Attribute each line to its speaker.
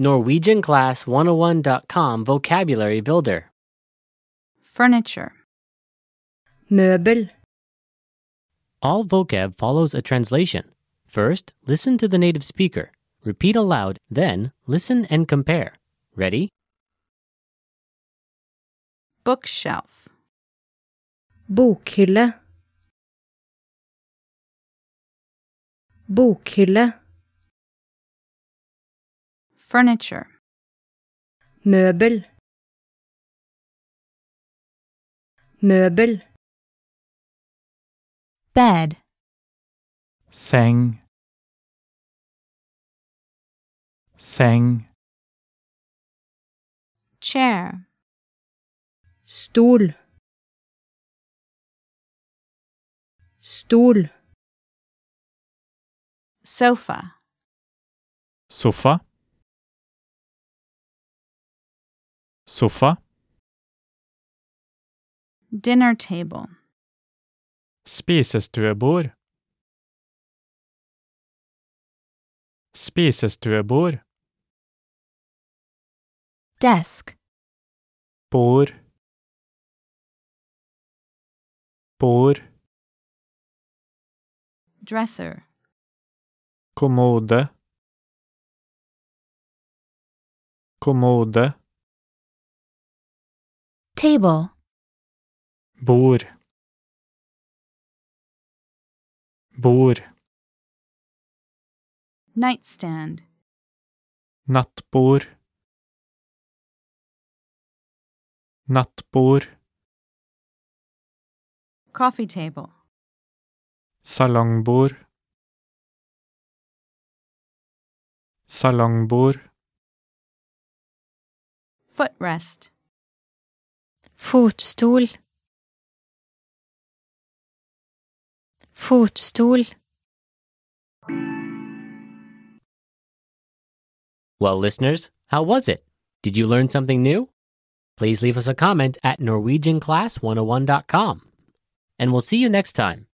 Speaker 1: NorwegianClass101.com Vocabulary Builder.
Speaker 2: furniture,
Speaker 3: møbel,
Speaker 1: All vocab follows a translation. First, listen to the native speaker. Repeat aloud, then, listen and compare. Ready?
Speaker 2: bookshelf,
Speaker 3: bokhylle, bokhylle,
Speaker 2: furniture,
Speaker 3: møbel, møbel,
Speaker 2: bed,
Speaker 4: seng seng
Speaker 2: chair,
Speaker 3: stol, stol,
Speaker 2: sofa,
Speaker 4: sofa sofa
Speaker 2: dinner table,
Speaker 4: spisestuebord spisestuebord
Speaker 2: desk,
Speaker 4: bord bord
Speaker 2: dresser,
Speaker 4: kommode kommode
Speaker 2: table,
Speaker 4: Bor. Bor.
Speaker 2: nightstand,
Speaker 4: Nattbord. Nattbord.
Speaker 2: coffee table,
Speaker 4: Salongbord. Salongbord.
Speaker 2: footrest,
Speaker 5: Fotstol. Fotstol.
Speaker 1: Well, listeners, how was it? Did you learn something new? oh Please leave us a comment at NorwegianClass101.com. And we'll see you next time.